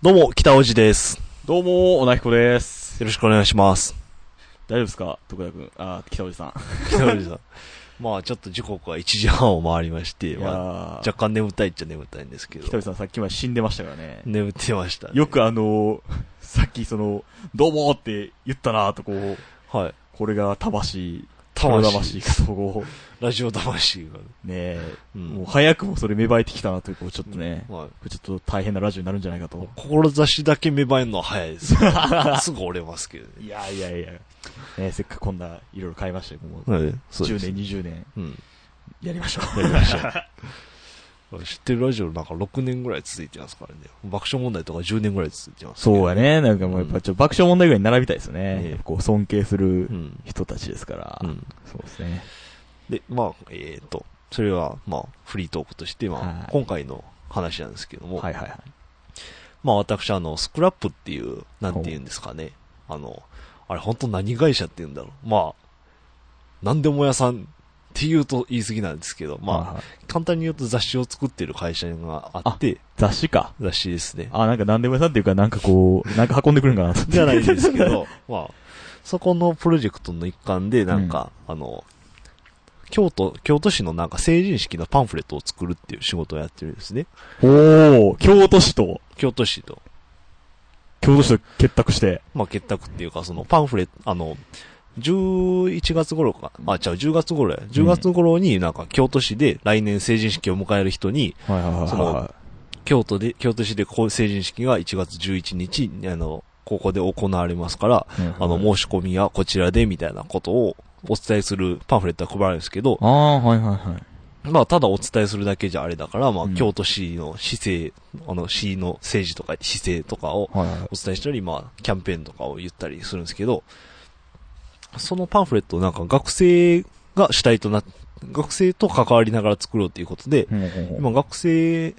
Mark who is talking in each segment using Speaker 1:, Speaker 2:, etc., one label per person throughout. Speaker 1: どうも、北尾路です。
Speaker 2: どうも、おなひこです。
Speaker 1: よろしくお願いします。
Speaker 2: 大丈夫ですか徳田くん。あ ー、北おじさん。
Speaker 1: 北尾路さん。 まあ、ちょっと時刻は1時半を回りまして、まあ、
Speaker 2: や
Speaker 1: 若干眠たいっちゃ眠たいんですけ
Speaker 2: 北
Speaker 1: ど
Speaker 2: おじ、さんさっきまで死んでましたからね。
Speaker 1: 眠ってましたね、
Speaker 2: よくあのー、さっきその、どうもって言ったなとこう、
Speaker 1: はい。
Speaker 2: これが魂、
Speaker 1: 魂
Speaker 2: 魂かそこ
Speaker 1: ラジオ魂が。
Speaker 2: ねえ、
Speaker 1: うん
Speaker 2: もう早くもそれ芽生えてきたなという、こうちょっとね、こ
Speaker 1: はい。
Speaker 2: れちょっと大変なラジオになるんじゃないかと。
Speaker 1: 志だけ芽生えるのは早いです。 すぐ折れますけどね。
Speaker 2: いやいやいや、ね、せっかくこんな、いろいろ変えましたよ、もう。
Speaker 1: はい、そうで
Speaker 2: 10
Speaker 1: す。
Speaker 2: 年、20年、
Speaker 1: うん。
Speaker 2: やりましょ
Speaker 1: やりましょ う。知ってるラジオなんか6年ぐらい続いてますからね。爆笑問題とか10年ぐらい続いてま
Speaker 2: う。
Speaker 1: すけど、
Speaker 2: そうやね、なんかもうやっぱちょっと爆笑問題ぐらいに並びたいですよね。
Speaker 1: ね
Speaker 2: やっぱこう尊敬する
Speaker 1: うん。
Speaker 2: 人たちですから、
Speaker 1: うん。
Speaker 2: そうですね。
Speaker 1: で、まあ、えっ、と、それは、まあ、フリートークとして、ま
Speaker 2: は
Speaker 1: あ
Speaker 2: い、
Speaker 1: 今回の話なんですけども、
Speaker 2: はいはいはい。
Speaker 1: まあ、私、あの、スクラップっていう、なんて言うんですかね、あの、あれ、本当何会社って言うんだろう。まあ、なんでも屋さんって言うと言い過ぎなんですけど、まあ、
Speaker 2: あ、
Speaker 1: 簡単に言うと雑誌を作ってる会社があって、
Speaker 2: 雑誌か。
Speaker 1: 雑誌ですね。
Speaker 2: あ、なんか何でも屋さんっていうか、なんかこう、なんか運んでくるんかな。
Speaker 1: じゃないんですけ。ど、まあ、そこのプロジェクトの一環で、なんか、あの、京都、京都市のなんか成人式のパンフレットを作るっていう仕事をやってるんですね。
Speaker 2: おお、京都市と、
Speaker 1: 京都市と、
Speaker 2: 京都市と結託して。
Speaker 1: まあ、結託っていうか、そのパンフレット、あの、11月頃か、あ、違う、10月頃や。10月頃になんか京都市で来年成人式を迎える人に、
Speaker 2: はいはいはいはい。
Speaker 1: その京都で、京都市でこう成人式が1月11日に、あの、ここで行われますから、
Speaker 2: うん
Speaker 1: あの、申し込みはこちらで、みたいなことをお伝えするパンフレットが配られるんですけど、
Speaker 2: ああ、はいはいはい。
Speaker 1: まあ、ただお伝えするだけじゃあれだから、まあ
Speaker 2: う、ん
Speaker 1: 京都市の市政、あの、市の政治とか、市政とかを
Speaker 2: はい
Speaker 1: お
Speaker 2: はい
Speaker 1: 伝えしたり、まあ、キャンペーンとかを言ったりするんですけど、そのパンフレットをなんか学生が主体とな、学生と関わりながら作ろうということで、
Speaker 2: うんうんうん。
Speaker 1: 今学生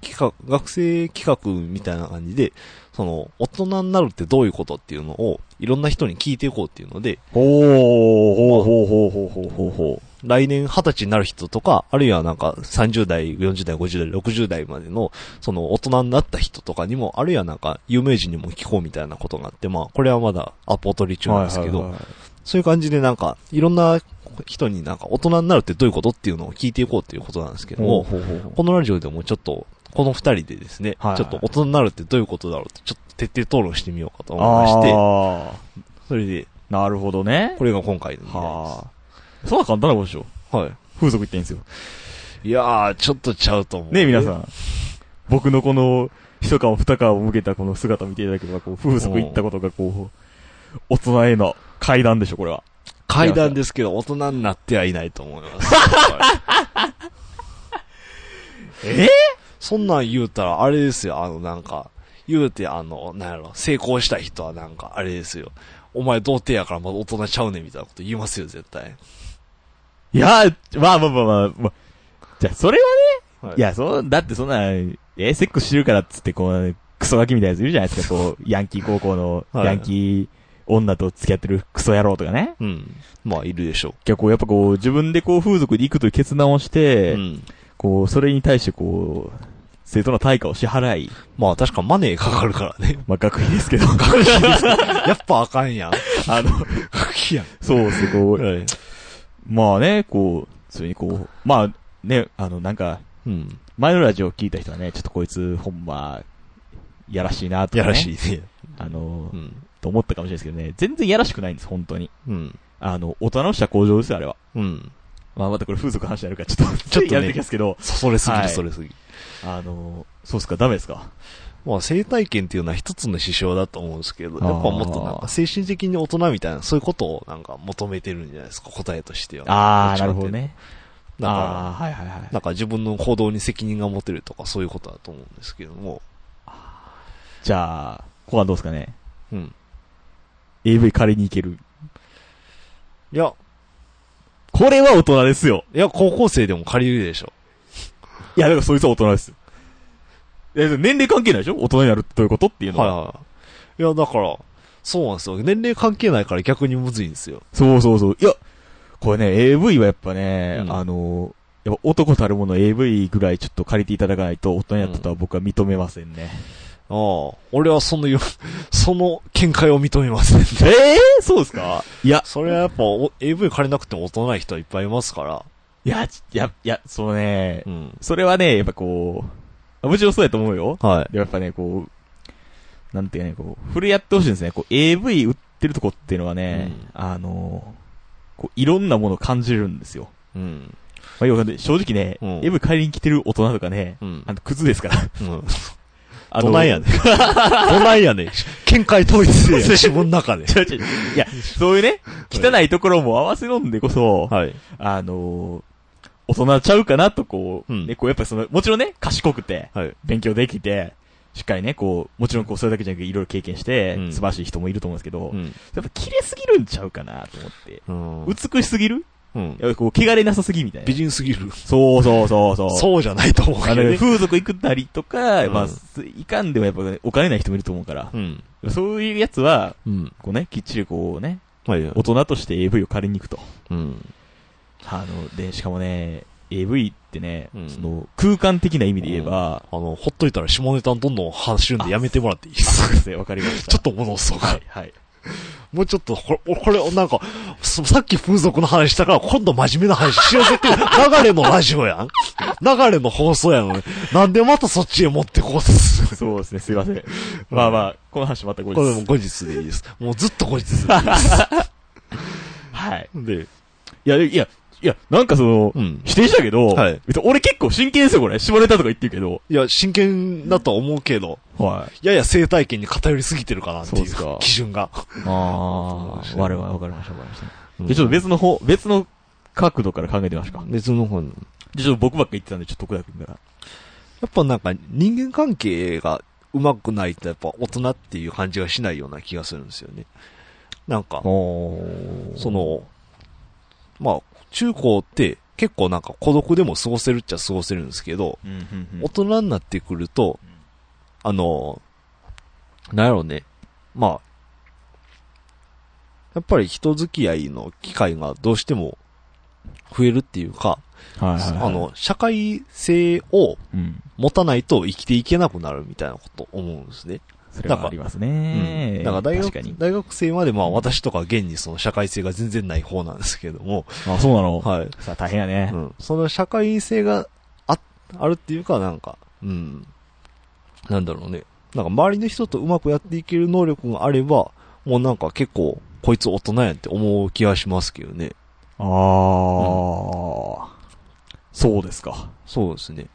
Speaker 1: 企画、学生企画みたいな感じで、その、大人になるってどういうことっていうのを、いろんな人に聞いていこうっていうので、
Speaker 2: ほう、ほうほうほうほうほうほうほ
Speaker 1: 来年20歳になる人とか、あるいはなんか30代、40代、50代、60代までの、その大人になった人とかにも、あるいはなんか有名人にも聞こうみたいなことがあって、まあこれはまだアポ取り
Speaker 2: う。
Speaker 1: 中なんですけど、そういう感じでなんか、いろんな人になんか大人になるってどういうことっていうのを聞いていこうっていうことなんですけど
Speaker 2: ほ
Speaker 1: も、
Speaker 2: うほうほうほう。
Speaker 1: このラジオでもちょっと、この二人でですね、
Speaker 2: はいはい
Speaker 1: ちょっと大人になるってどういうことだろうって、ちょっと徹底討論してみようかと思いまして、
Speaker 2: ああ、
Speaker 1: それで、
Speaker 2: なるほどね。
Speaker 1: これが今回の議題
Speaker 2: はあ。そんな簡単なことでしょ。
Speaker 1: です。は
Speaker 2: 風俗行っていいんですよ。
Speaker 1: い。いやー、ちょっとちゃうと思う。
Speaker 2: ねえ、皆さ
Speaker 1: ん。
Speaker 2: ん。僕のこの、一缶二缶を向けたこの姿を見ていただければ、こう、風俗行ったことが、こう、大人への階段でしょ、これは。
Speaker 1: 階段ですけど、大人になってはいないと思います。
Speaker 2: え
Speaker 1: そんなん言うたら、あれですよ、あの、なんか、言うて、あの、なんやろ、成功した人はなんか、あれですよ。お前童貞やからまだ大人ちゃうねみたいなこと言いますよ、絶対。
Speaker 2: いや、まあまあまあまあ、まあ、じゃあ、それは、
Speaker 1: はい
Speaker 2: や、そう、だってそんな、えー、セックスしてるからっつって、こう、クソガキみたいなやついるじゃないですか、 こう、ヤンキー高校の、
Speaker 1: はい
Speaker 2: ヤンキー女と付き合ってるクソ野郎とかね。
Speaker 1: うん。まあ、いるでしょ
Speaker 2: 結構やっぱこう、自分でこう、風俗に行くという決断をし
Speaker 1: う。
Speaker 2: て、
Speaker 1: うん。
Speaker 2: こう、それに対してこう、正当な対価を支払い、
Speaker 1: まあ、確かマネーかかるから ね。
Speaker 2: まあ、学費ですけど、
Speaker 1: やっぱあかんやん。
Speaker 2: あの、
Speaker 1: きやん。
Speaker 2: そうですね、こう、
Speaker 1: はい。
Speaker 2: まあね、こう、それにこう、まあね、あの、なんか、
Speaker 1: うん。
Speaker 2: 前のラジオ聞いた人はね、ちょっとこいつ、ほんま、やらしいなとか、ね、
Speaker 1: やらしいね。
Speaker 2: あの、
Speaker 1: うん。
Speaker 2: と思ったかもしれないですけどね、全然やらしくないんです、本当に。
Speaker 1: うん。
Speaker 2: あの、大人のした工場ですよ、あれは。
Speaker 1: うん。
Speaker 2: まあ、またこれ風俗の話になるから、 ちょっと、
Speaker 1: ちょっとね
Speaker 2: やめてきますけど、
Speaker 1: そそれすぎ
Speaker 2: は
Speaker 1: る、
Speaker 2: い
Speaker 1: それすぎる。
Speaker 2: あの、そうっすか、ダメですか。
Speaker 1: まあ、生体験っていうのは一つの指標だと思うんですけど、やっぱ
Speaker 2: あー
Speaker 1: もっとなんか精神的に大人みたいな、そういうことをなんか求めてるんじゃないですか、答えとしては。
Speaker 2: あ
Speaker 1: っ
Speaker 2: ー、
Speaker 1: ち
Speaker 2: な
Speaker 1: か
Speaker 2: る
Speaker 1: って
Speaker 2: ほ
Speaker 1: いう
Speaker 2: ど
Speaker 1: と。
Speaker 2: ね。
Speaker 1: だから、
Speaker 2: あー、はいはいはい。
Speaker 1: なんか自分の行動に責任が持てるとか、そういうことだと思うんですけども。
Speaker 2: じゃあ、後半どうですかね。
Speaker 1: うん。
Speaker 2: AV 借りに行ける。
Speaker 1: いや、
Speaker 2: これは大人ですよ。
Speaker 1: いや、高校生でも借りるでしょ。
Speaker 2: いや、だからそいつは大人ですよ。いや年齢関係ないでしょ大人になるってどういうことっていうの
Speaker 1: はい
Speaker 2: は。
Speaker 1: はい。いや、だから、そうなんですよ。年齢関係ないから逆にむずいんですよ。
Speaker 2: そうそうそう。いや、これね、AV はやっぱね、
Speaker 1: うん
Speaker 2: あの、やっぱ男たるもの AV ぐらいちょっと借りていただかないと大人になったとは僕は認めませんね。
Speaker 1: ああ、俺はそのよ、 その見解を認めません。
Speaker 2: ええそうですかいや、
Speaker 1: それはやっぱお AV 借りなくても大人ない人はいっぱいいますから。
Speaker 2: いや、ちいや、いや、そうね
Speaker 1: う、ん。
Speaker 2: それはね、やっぱこう、あもちろんそうやと思うよ。
Speaker 1: はい。
Speaker 2: でもやっぱね、こう、なんていうかね、こう、触れ合ってほしいんですね。こう、AV 売ってるとこっていうのはね、
Speaker 1: うん
Speaker 2: あのー、こう、いろんなものを感じるんですよ。
Speaker 1: うん。
Speaker 2: まあ、要はね正直ね、
Speaker 1: うん
Speaker 2: AV 帰りに来てる大人とかね、
Speaker 1: うん。
Speaker 2: あの、クズで すから。
Speaker 1: うん。
Speaker 2: あの
Speaker 1: どないやねん。どないやねん。 見解統一せえや。自分の中で。
Speaker 2: 違 う違ういや、そういうね、汚いところも合わせ飲んでこそ、
Speaker 1: はい。
Speaker 2: あのー大人ちゃうかなとこう、
Speaker 1: うん
Speaker 2: ね、こうやっぱその、もちろんね、賢くて、
Speaker 1: はい。
Speaker 2: 勉強できて、しっかりね、こう、もちろんこう、それだけじゃなくて、いろいろ経験して、
Speaker 1: うん
Speaker 2: 素晴らしい人もいると思うんですけど、
Speaker 1: うん。
Speaker 2: やっぱ綺麗すぎるんちゃうかなと思って。
Speaker 1: うん。
Speaker 2: 美しすぎる
Speaker 1: うん
Speaker 2: い。やこう、汚れなさすぎみたいな
Speaker 1: 美。人すぎる。
Speaker 2: そうそうそうそう。
Speaker 1: そうじゃないと思う
Speaker 2: あ
Speaker 1: けど
Speaker 2: の、
Speaker 1: ね。
Speaker 2: 風俗行くなりとか、
Speaker 1: うん
Speaker 2: まあ、すいかんでもやっぱ、ね、お金ない人もいると思うから、
Speaker 1: うん。
Speaker 2: そういうやつは、
Speaker 1: うん。
Speaker 2: こうね、きっちりこうね、
Speaker 1: まあいいや
Speaker 2: 大。人として AV を借りに行くと。
Speaker 1: うん。
Speaker 2: あの、で、しかもね、AV ってね、
Speaker 1: うん
Speaker 2: その、空間的な意味で言えば、
Speaker 1: あの、ほっといたら下ネタどんどん走るんでやめてもらっていいです
Speaker 2: そうですね、わかりました。
Speaker 1: ちょっと戻そう
Speaker 2: は
Speaker 1: か
Speaker 2: い。、 はい。
Speaker 1: もうちょっと、これ、これ、なんか、そさっき風俗の話したから、今度真面目な話しようぜっていう流れのラジオやん流れの放送やのに、なんでまたそっちへ持ってこうです。
Speaker 2: そうですね、すいません。まあまあ、この話また後
Speaker 1: これも
Speaker 2: 日。
Speaker 1: 後日でいいです。もうずっと後日でいい
Speaker 2: はい。
Speaker 1: です。で、
Speaker 2: いや、いや、いや、なんかその、
Speaker 1: うん。
Speaker 2: 否定したけど、
Speaker 1: はい
Speaker 2: 別に俺結構真剣ですよ、これ。下ネタとか言ってるけど。
Speaker 1: いや、真剣だとは思うけど、
Speaker 2: はい。
Speaker 1: やや生態系に偏りすぎてるかなって
Speaker 2: そう
Speaker 1: い
Speaker 2: で
Speaker 1: う
Speaker 2: すか
Speaker 1: 基準 が。
Speaker 2: あ
Speaker 1: そうです
Speaker 2: ー、
Speaker 1: ね
Speaker 2: 我々わかりました、わかりました。
Speaker 1: うん
Speaker 2: で、ちょっと別の方、別の角度から考えてみましょうか。
Speaker 1: 別の方に。
Speaker 2: で、ちょっと僕ばっか言ってたんで、ちょっと徳田君から。
Speaker 1: やっぱなんか人間関係がうまくないとやっぱ大人っていう感じがしないような気がするんですよね。なんか、
Speaker 2: おー
Speaker 1: そ、の、まあ、中高って結構なんか孤独でも過ごせるっちゃ過ごせるんですけど、
Speaker 2: うん、うん、うん
Speaker 1: 大。人になってくると
Speaker 2: うん、
Speaker 1: あの、なんやろうね。まあ、やっぱり人付き合いの機会がどうしても増えるっていうか、
Speaker 2: はいはい、はい。
Speaker 1: あ、の、社会性を
Speaker 2: うん。
Speaker 1: 持たないと生きていけなくなるみたいなこと思うんですね。
Speaker 2: それはありますね。
Speaker 1: だから大
Speaker 2: 確かに
Speaker 1: 学、。大学生までまあ私とか現にその社会性が全然ない方なんですけども、
Speaker 2: あ、そうなの
Speaker 1: はい。
Speaker 2: さあ、大変やね。
Speaker 1: うん。その社会性があ、あるっていうか、なんか、うん。なんだろうね。なんか周りの人とうまくやっていける能力があれば、もうなんか結構、こいつ大人やんって思う気がしますけどね。
Speaker 2: あー、そうですか。
Speaker 1: そうですね。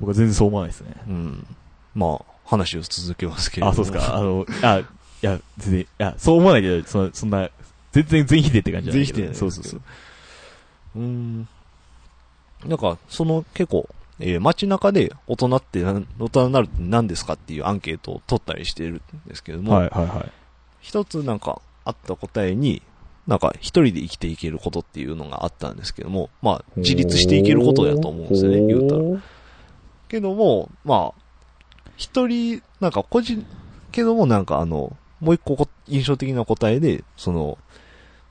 Speaker 2: 僕は全然そう思わないですね。
Speaker 1: うん。まあ、話を続けますけれども
Speaker 2: あ、そうで すか。あの、あ、いや、全然、いや、そう思わないけど、そのそんな、全然全否定って感じじゃないけど
Speaker 1: 全否定じゃ
Speaker 2: そ
Speaker 1: な
Speaker 2: う
Speaker 1: い
Speaker 2: そうそう。
Speaker 1: うーん。なんか、その結構、えー街中で大人ってなん、大人になるって何ですかっていうアンケートを取ったりしてるんですけれども、
Speaker 2: はいはいはい。
Speaker 1: 一つなんかあった答えに、なんか一人で生きていけることっていうのがあったんですけども、まあ自立していけることだと思うんですよね、言うたら。けども、まあ、一人、なんか個人、けどもなんかあの、もう一個こ印象的な答えで、その、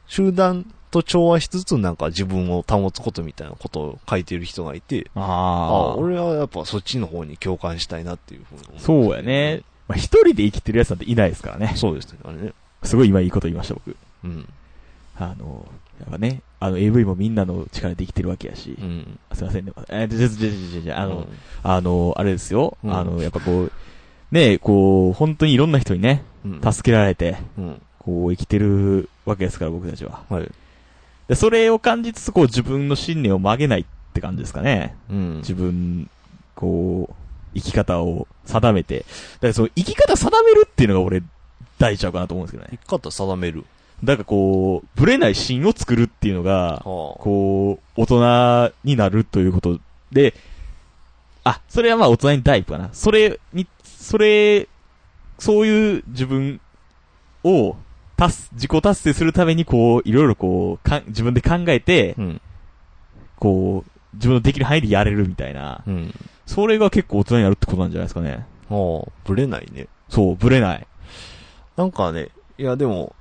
Speaker 1: 集団と調和しつつなんか自分を保つことみたいなことを書いてる人がいて、
Speaker 2: あ
Speaker 1: あ
Speaker 2: あ
Speaker 1: あ、俺はやっぱそっちの方に共感したいなっていうふうに思います
Speaker 2: そうやね。。まあ、一人で生きてるやつなんていないですからね。
Speaker 1: そうですね、あれね。
Speaker 2: すごい今いいこと言いました、僕。
Speaker 1: うん。
Speaker 2: あの、やっぱね、あの、AV もみんなの力で生きてるわけやし
Speaker 1: う。ん。
Speaker 2: すいませんね。え、じゃじゃじゃじゃじゃあ
Speaker 1: う
Speaker 2: の
Speaker 1: ん、、
Speaker 2: あの、あれですよ。
Speaker 1: うん
Speaker 2: あの、やっぱこう、ね、こう、本当にいろんな人にね、
Speaker 1: うん。
Speaker 2: 助けられて、
Speaker 1: うん。
Speaker 2: こう、生きてるわけですから、僕たちは。
Speaker 1: はい。
Speaker 2: で、それを感じつつ、こう自分の信念を曲げないって感じですかね。
Speaker 1: うん。
Speaker 2: 自分、こう、生き方を定めて。だからその生き方定めるっていうのが俺、大事ちゃうかなと思うんですけど
Speaker 1: 生
Speaker 2: ね。
Speaker 1: き方定める。
Speaker 2: だからこう、ブレない芯を作るっていうのが、
Speaker 1: はあ。
Speaker 2: こう、大人になるということで、あ、それはまあ大人にタイプかな。それに、それ、そういう自分を、達す、自己達成するためにこう、いろいろこう、かん、自分で考えて、
Speaker 1: うん。
Speaker 2: こう、自分のできる範囲でやれるみたいな。
Speaker 1: うん。
Speaker 2: それが結構大人になるってことなんじゃないですかね。
Speaker 1: はあ、ぶれないね。
Speaker 2: そう、ぶれない。
Speaker 1: なんかね、いやでも、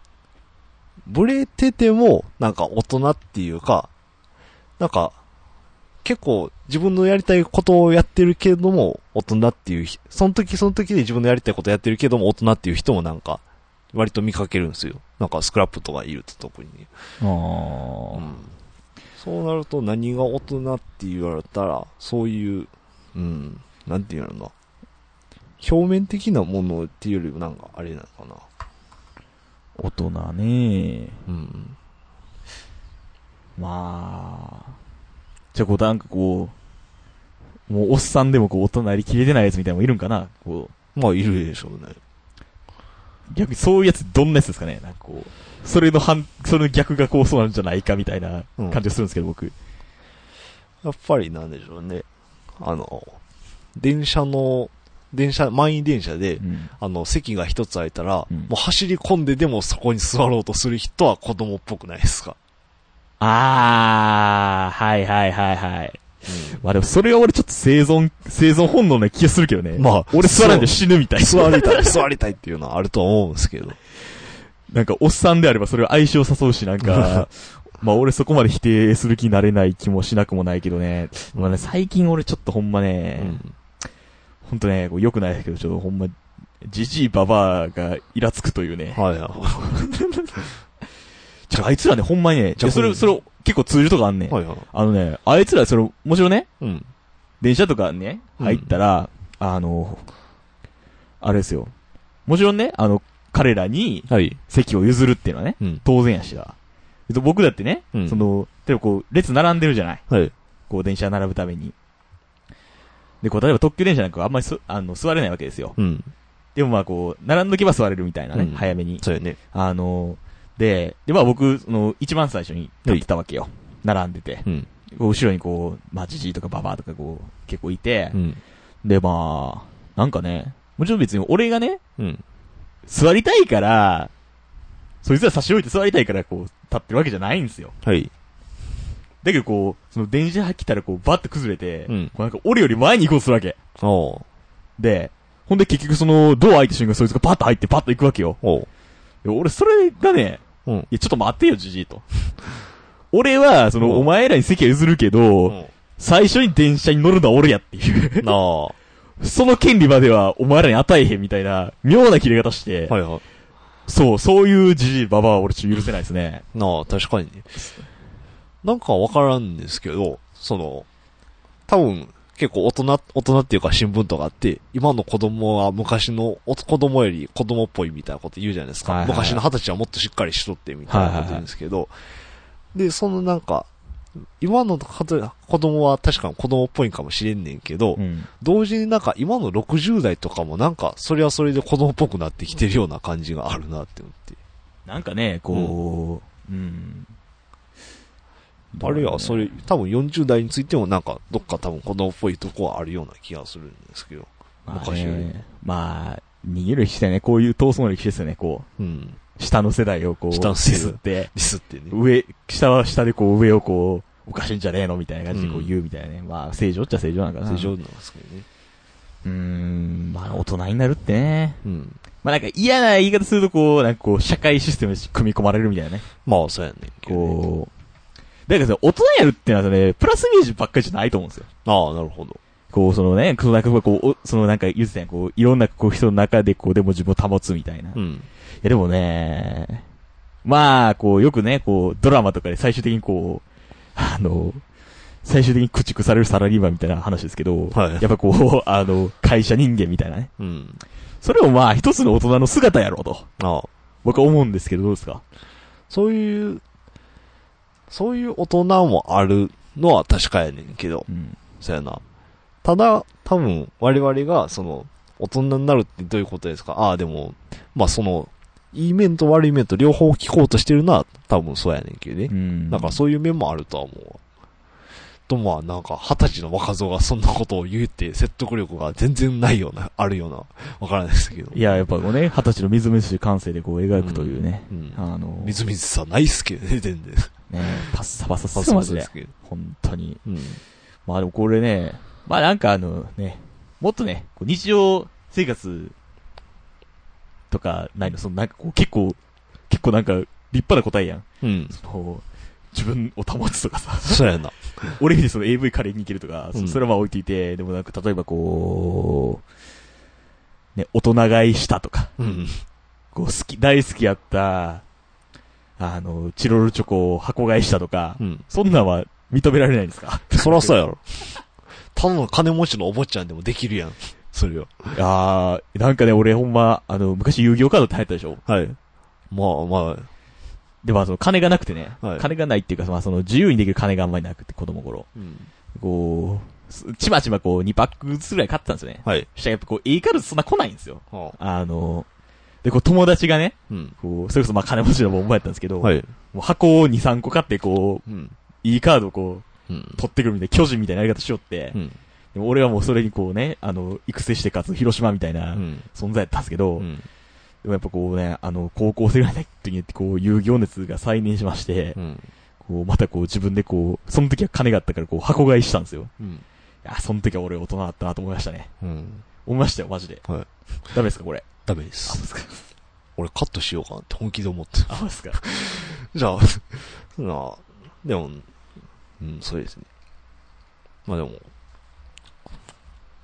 Speaker 1: ぶれてても、なんか大人っていうか、なんか、結構自分のやりたいことをやってるけれども、大人っていうひ、その時その時で自分のやりたいことやってるけれども、大人っていう人もなんか、割と見かけるんですよ。なんかスクラップとかいると特に。
Speaker 2: あ
Speaker 1: う
Speaker 2: ー
Speaker 1: ん。そうなると何が大人って言われたら、そういう、うん、なんて言うのかな。表面的なものっていうよりもなんかあれなのかな。
Speaker 2: 大人ね
Speaker 1: うん。
Speaker 2: まあ、じゃあこうなんかこう、もうおっさんでもこう大人なりきれてないやつみたいなのもいるんかなこう、
Speaker 1: まあ、いるでしょうね。
Speaker 2: 逆にそういうやつどんなやつですかねなんかこう、それの反、それの逆がこうそうなんじゃないかみたいな
Speaker 1: うん
Speaker 2: 感じがするんですけど、僕。
Speaker 1: やっぱりなんでしょうね。あの、電車の、電車、満員電車で、
Speaker 2: うん
Speaker 1: あの、席が一つ空いたら、
Speaker 2: うん
Speaker 1: もう走り込んででもそこに座ろうとする人は子供っぽくないですか。
Speaker 2: あー、はいはいはいはい。まあでもそれは俺ちょっと生存、生存本能な気がするけどね。
Speaker 1: まあ
Speaker 2: 俺座らんで死ぬみたい。
Speaker 1: 座りたい、座りたいっていうのはあると思うんですけど。
Speaker 2: なんかおっさんであればそれは愛情を誘うし、なん か、まあ俺そこまで否定する気になれない気もしなくもないけどね。まあね、最近俺ちょっとほんま
Speaker 1: う
Speaker 2: ね、
Speaker 1: ん。
Speaker 2: ほんとね、こう良くないですけど、ちょっとほんま、じじいばばあがイラつくというね。
Speaker 1: はいは
Speaker 2: ちょ、あいつらね、ほんまにね、
Speaker 1: じゃあ
Speaker 2: それ、それ結構通じるとかあんね
Speaker 1: い。
Speaker 2: ん。
Speaker 1: はいはい。
Speaker 2: あのね、あいつらそれ、もちろんね、
Speaker 1: うん。
Speaker 2: 電車とかね、
Speaker 1: うん
Speaker 2: 入ったら、あの、あれですよ。もちろんね、あの、彼らに
Speaker 1: はい。
Speaker 2: 席を譲るっていうのはね、
Speaker 1: うん。
Speaker 2: 当然やしだ。えっと僕だってね、
Speaker 1: うん
Speaker 2: その、例えばこう、列並んでるじゃない
Speaker 1: はい。
Speaker 2: こう、電車並ぶために。で、こう、例えば特急電車なんかはあんまりす、あの、座れないわけですよ。
Speaker 1: うん。
Speaker 2: でもまあこう、並んどけば座れるみたいなね、
Speaker 1: うん
Speaker 2: 早めに。
Speaker 1: そうやね。
Speaker 2: あの、で、で、まあ僕、その、一番最初に立ってたわけよ。並んでて。
Speaker 1: うん。
Speaker 2: こう後ろにこう、まあ、じじいとかばばとかこう、結構いて、
Speaker 1: うん。
Speaker 2: で、まあ、なんかね、もちろん別に俺がね、
Speaker 1: うん。
Speaker 2: 座りたいから、そいつら差し置いて座りたいからこう、立ってるわけじゃないんですよ。
Speaker 1: はい。
Speaker 2: だけどこう、その電車来たらこう、バッて崩れて、
Speaker 1: うん
Speaker 2: こうなんか俺より前に行こうとするわけ。
Speaker 1: おう。
Speaker 2: で、ほんで結局その、ドア開いた瞬間そいつがパッと入ってパッと行くわけよ。
Speaker 1: おう。
Speaker 2: で俺それがね、
Speaker 1: うん。
Speaker 2: いやちょっと待ってよ、じじいと。 俺は、そ
Speaker 1: うん
Speaker 2: の、お前らに席は譲るけど、最初に電車に乗るのは俺やっていう。
Speaker 1: なあ。は
Speaker 2: その権利まではお前らに与えへんみたいな、妙な切れ方して、
Speaker 1: いはい。
Speaker 2: そう、そういうじじいばばは俺ちょっと許せないですね。
Speaker 1: なあ、確かにね。なんかわからんですけど、その、多分、結構大人、大人っていうか新聞とかあって、今の子供は昔のお子供より子供っぽいみたいなこと言うじゃないですか。
Speaker 2: はいはいはい
Speaker 1: 昔の二十歳はもっとしっかりしとってみたいなこと言うんですけど、で、そのなんか、今のかと子供は確かに子供っぽいんかもしれんねんけど、
Speaker 2: うん。
Speaker 1: 同時になんか今の60代とかもなんかそれはそれで子供っぽくなってきてるような感じがあるなって思って。
Speaker 2: なんかね、こう、うん。
Speaker 1: あるいはそれ、多分40代についてもなんか、どっか多分子供っぽいとこはあるような気がするんですけど。
Speaker 2: まあ
Speaker 1: 昔より
Speaker 2: ね、まあ、逃げる人やね、こういう闘争の歴史ですよね、こ
Speaker 1: うん。
Speaker 2: う、下の世代をこう、
Speaker 1: 下の世代
Speaker 2: ディスって、
Speaker 1: ディスってね。
Speaker 2: 上、下は下でこう、上をこう、おかしいんじゃねえのみたいな感じでこ
Speaker 1: う
Speaker 2: うん言うみたいなね。まあ、正常っちゃ正常なんかな。
Speaker 1: 正常なんですけどね。
Speaker 2: うーん、まあ、大人になるってね。
Speaker 1: うん。
Speaker 2: まあ、なんか嫌な言い方するとこう、なんかこう、社会システムに組み込まれるみたいなね。
Speaker 1: まあ、そうやねんけどね、
Speaker 2: こう。だからさ、大人やるってのはね、プラスイメージばっかりじゃないと思うんですよ。
Speaker 1: ああ、なるほど。
Speaker 2: こう、そのね、こうなんかこう、おそのなんか言ってたやん、こう、いろんなこう人の中でこう、でも自分を保つみたいな。
Speaker 1: う
Speaker 2: い
Speaker 1: ん。
Speaker 2: や、でもね、まあ、こう、よくね、こう、ドラマとかで最終的にこう、あの、最終的に駆逐されるサラリーマンみたいな話ですけど、
Speaker 1: はい
Speaker 2: やっぱこう、あの、会社人間みたいなね。
Speaker 1: うん。
Speaker 2: それをまあ、一つの大人の姿やろうと。
Speaker 1: ああ。
Speaker 2: 僕は思うんですけど、どうですか
Speaker 1: そういう、そういう大人もあるのは確かやねんけど。
Speaker 2: うん。
Speaker 1: そうやな。ただ、多分、我々が、その、大人になるってどういうことですかああ、でも、まあその、いい面と悪い面と両方聞こうとしてるのは、多分そうやねんけどね。
Speaker 2: ん
Speaker 1: なんかそういう面もあるとは思うわ。とまあなんか二十歳の若造がそんなことを言うって説得力が全然ないような、あるような、わからないですけど。
Speaker 2: いや、やっぱこうね、二十歳のみずみずしい感性でこう描くというね。
Speaker 1: うん。
Speaker 2: あの、
Speaker 1: みずみずしさないっすけどね、全 然。
Speaker 2: ね、パッサパサ
Speaker 1: そ
Speaker 2: さ
Speaker 1: う
Speaker 2: せ
Speaker 1: そ
Speaker 2: ま
Speaker 1: う
Speaker 2: す
Speaker 1: で
Speaker 2: ね
Speaker 1: す。けど。
Speaker 2: 本当に。
Speaker 1: うん。
Speaker 2: まあでもこれね、まあなんかあのね、もっとね、こう日常生活とかないの、そのなんかこう結構、結構なんか立派な答えやん。
Speaker 1: うん。
Speaker 2: その自分を保つとかさ、
Speaker 1: そうやな。
Speaker 2: 俺みたいにその AV 借りに行けるとか、そ
Speaker 1: うん
Speaker 2: それはまあ置いていて、でもなんか例えばこう、ね、大人買いしたとか、
Speaker 1: うん。
Speaker 2: こう好き、大好きやった、あの、チロルチョコを箱買いしたとか、
Speaker 1: うん。
Speaker 2: そんなんは認められないんですか
Speaker 1: そらそうやろ。 ただの金持ちのお坊ちゃんでもできるやん。それは。
Speaker 2: あー、なんかね、俺ほんま、あの、昔遊戯王カードって流行ったでしょ
Speaker 1: はい。まあまあ、
Speaker 2: で、まあその金がなくてね、
Speaker 1: はい
Speaker 2: 金がないっていうか、まあその自由にできる金があんまりなくて、子供頃。
Speaker 1: うん。
Speaker 2: こうす、ちまちまこう、2パックずつぐらい買ってたんですよね。
Speaker 1: はい。
Speaker 2: したらやっぱこう、いいカードそんな来ないんですよ。
Speaker 1: は
Speaker 2: あの、で、こう友達がね、
Speaker 1: うん。
Speaker 2: こう、それこそまあ金持ちのボンバやったんですけど、
Speaker 1: はい。
Speaker 2: もう箱を2、3個買ってこう、
Speaker 1: うん。
Speaker 2: いいカードをこう、
Speaker 1: うん。
Speaker 2: 取ってくるみたいな、巨人みたいなやり方しよって、
Speaker 1: うん。
Speaker 2: でも俺はもうそれにこうね、あの、育成してかつ広島みたいな
Speaker 1: うん。
Speaker 2: 存在やったんですけど、
Speaker 1: う
Speaker 2: で
Speaker 1: ん。
Speaker 2: もやっぱこうね、あの、高校生ぐらいの時にこう、遊戯王熱が再燃しまして、
Speaker 1: うん。
Speaker 2: こう、またこう自分でこう、その時は金があったからこう、箱買いしたんですよ。
Speaker 1: うん。
Speaker 2: いや、その時は俺大人だったなと思いましたね。
Speaker 1: うん。
Speaker 2: 思いましたよ、マジで。
Speaker 1: はい。
Speaker 2: ダメですか、これ。
Speaker 1: ダメで
Speaker 2: あ、そう
Speaker 1: す。
Speaker 2: ですか。
Speaker 1: 俺カットしようかなって本気で思って。
Speaker 2: あ、そうですか。
Speaker 1: じゃあ、 なあ、でも、うん、そうですね。まあでも、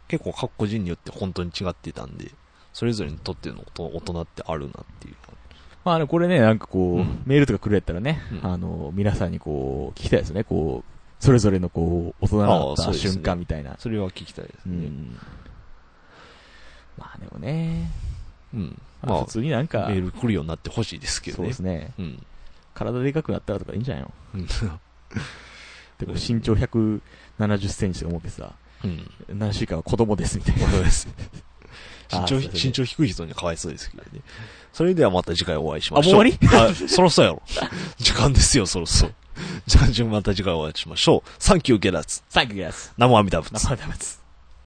Speaker 1: 結構各個人によって本当に違ってたんで、それぞれにとっての大人大人ってあるなっていう。
Speaker 2: まあ、あのこれね、なんかこう、
Speaker 1: うん
Speaker 2: メールとかくれたらね、
Speaker 1: うん
Speaker 2: あの、皆さんにこう、聞きたいですね、こう、それぞれのこう、大人になっ
Speaker 1: ああそ
Speaker 2: た
Speaker 1: うですね
Speaker 2: 瞬間みたいな。
Speaker 1: それは聞きたいです
Speaker 2: う
Speaker 1: ね。
Speaker 2: ん。まあでもね、
Speaker 1: うん。
Speaker 2: ま
Speaker 1: ま
Speaker 2: あ、
Speaker 1: あ
Speaker 2: 普、通になんか、
Speaker 1: メール来るようになってほしいですけど
Speaker 2: そう
Speaker 1: ね。
Speaker 2: ですね、
Speaker 1: うん。
Speaker 2: 体でかくなったらとかいいんじゃないの
Speaker 1: うん
Speaker 2: でこう身長170センチとか思ってさ、
Speaker 1: うん。
Speaker 2: 何週間は子供ですみたいな。
Speaker 1: そう です。
Speaker 2: あ
Speaker 1: 身長、
Speaker 2: そうですね
Speaker 1: 身長低い人にはかわいそうですけどね。それではまた次回お会いしましょう。
Speaker 2: あもう終
Speaker 1: わりあ、そろそろやろ。時間ですよ、そろそろ。じゃあ、じゃあまた次回お会いしましょう。サンキューゲラッツ。
Speaker 2: サンキューです。
Speaker 1: ナモアミダブツ。
Speaker 2: 生ダメです。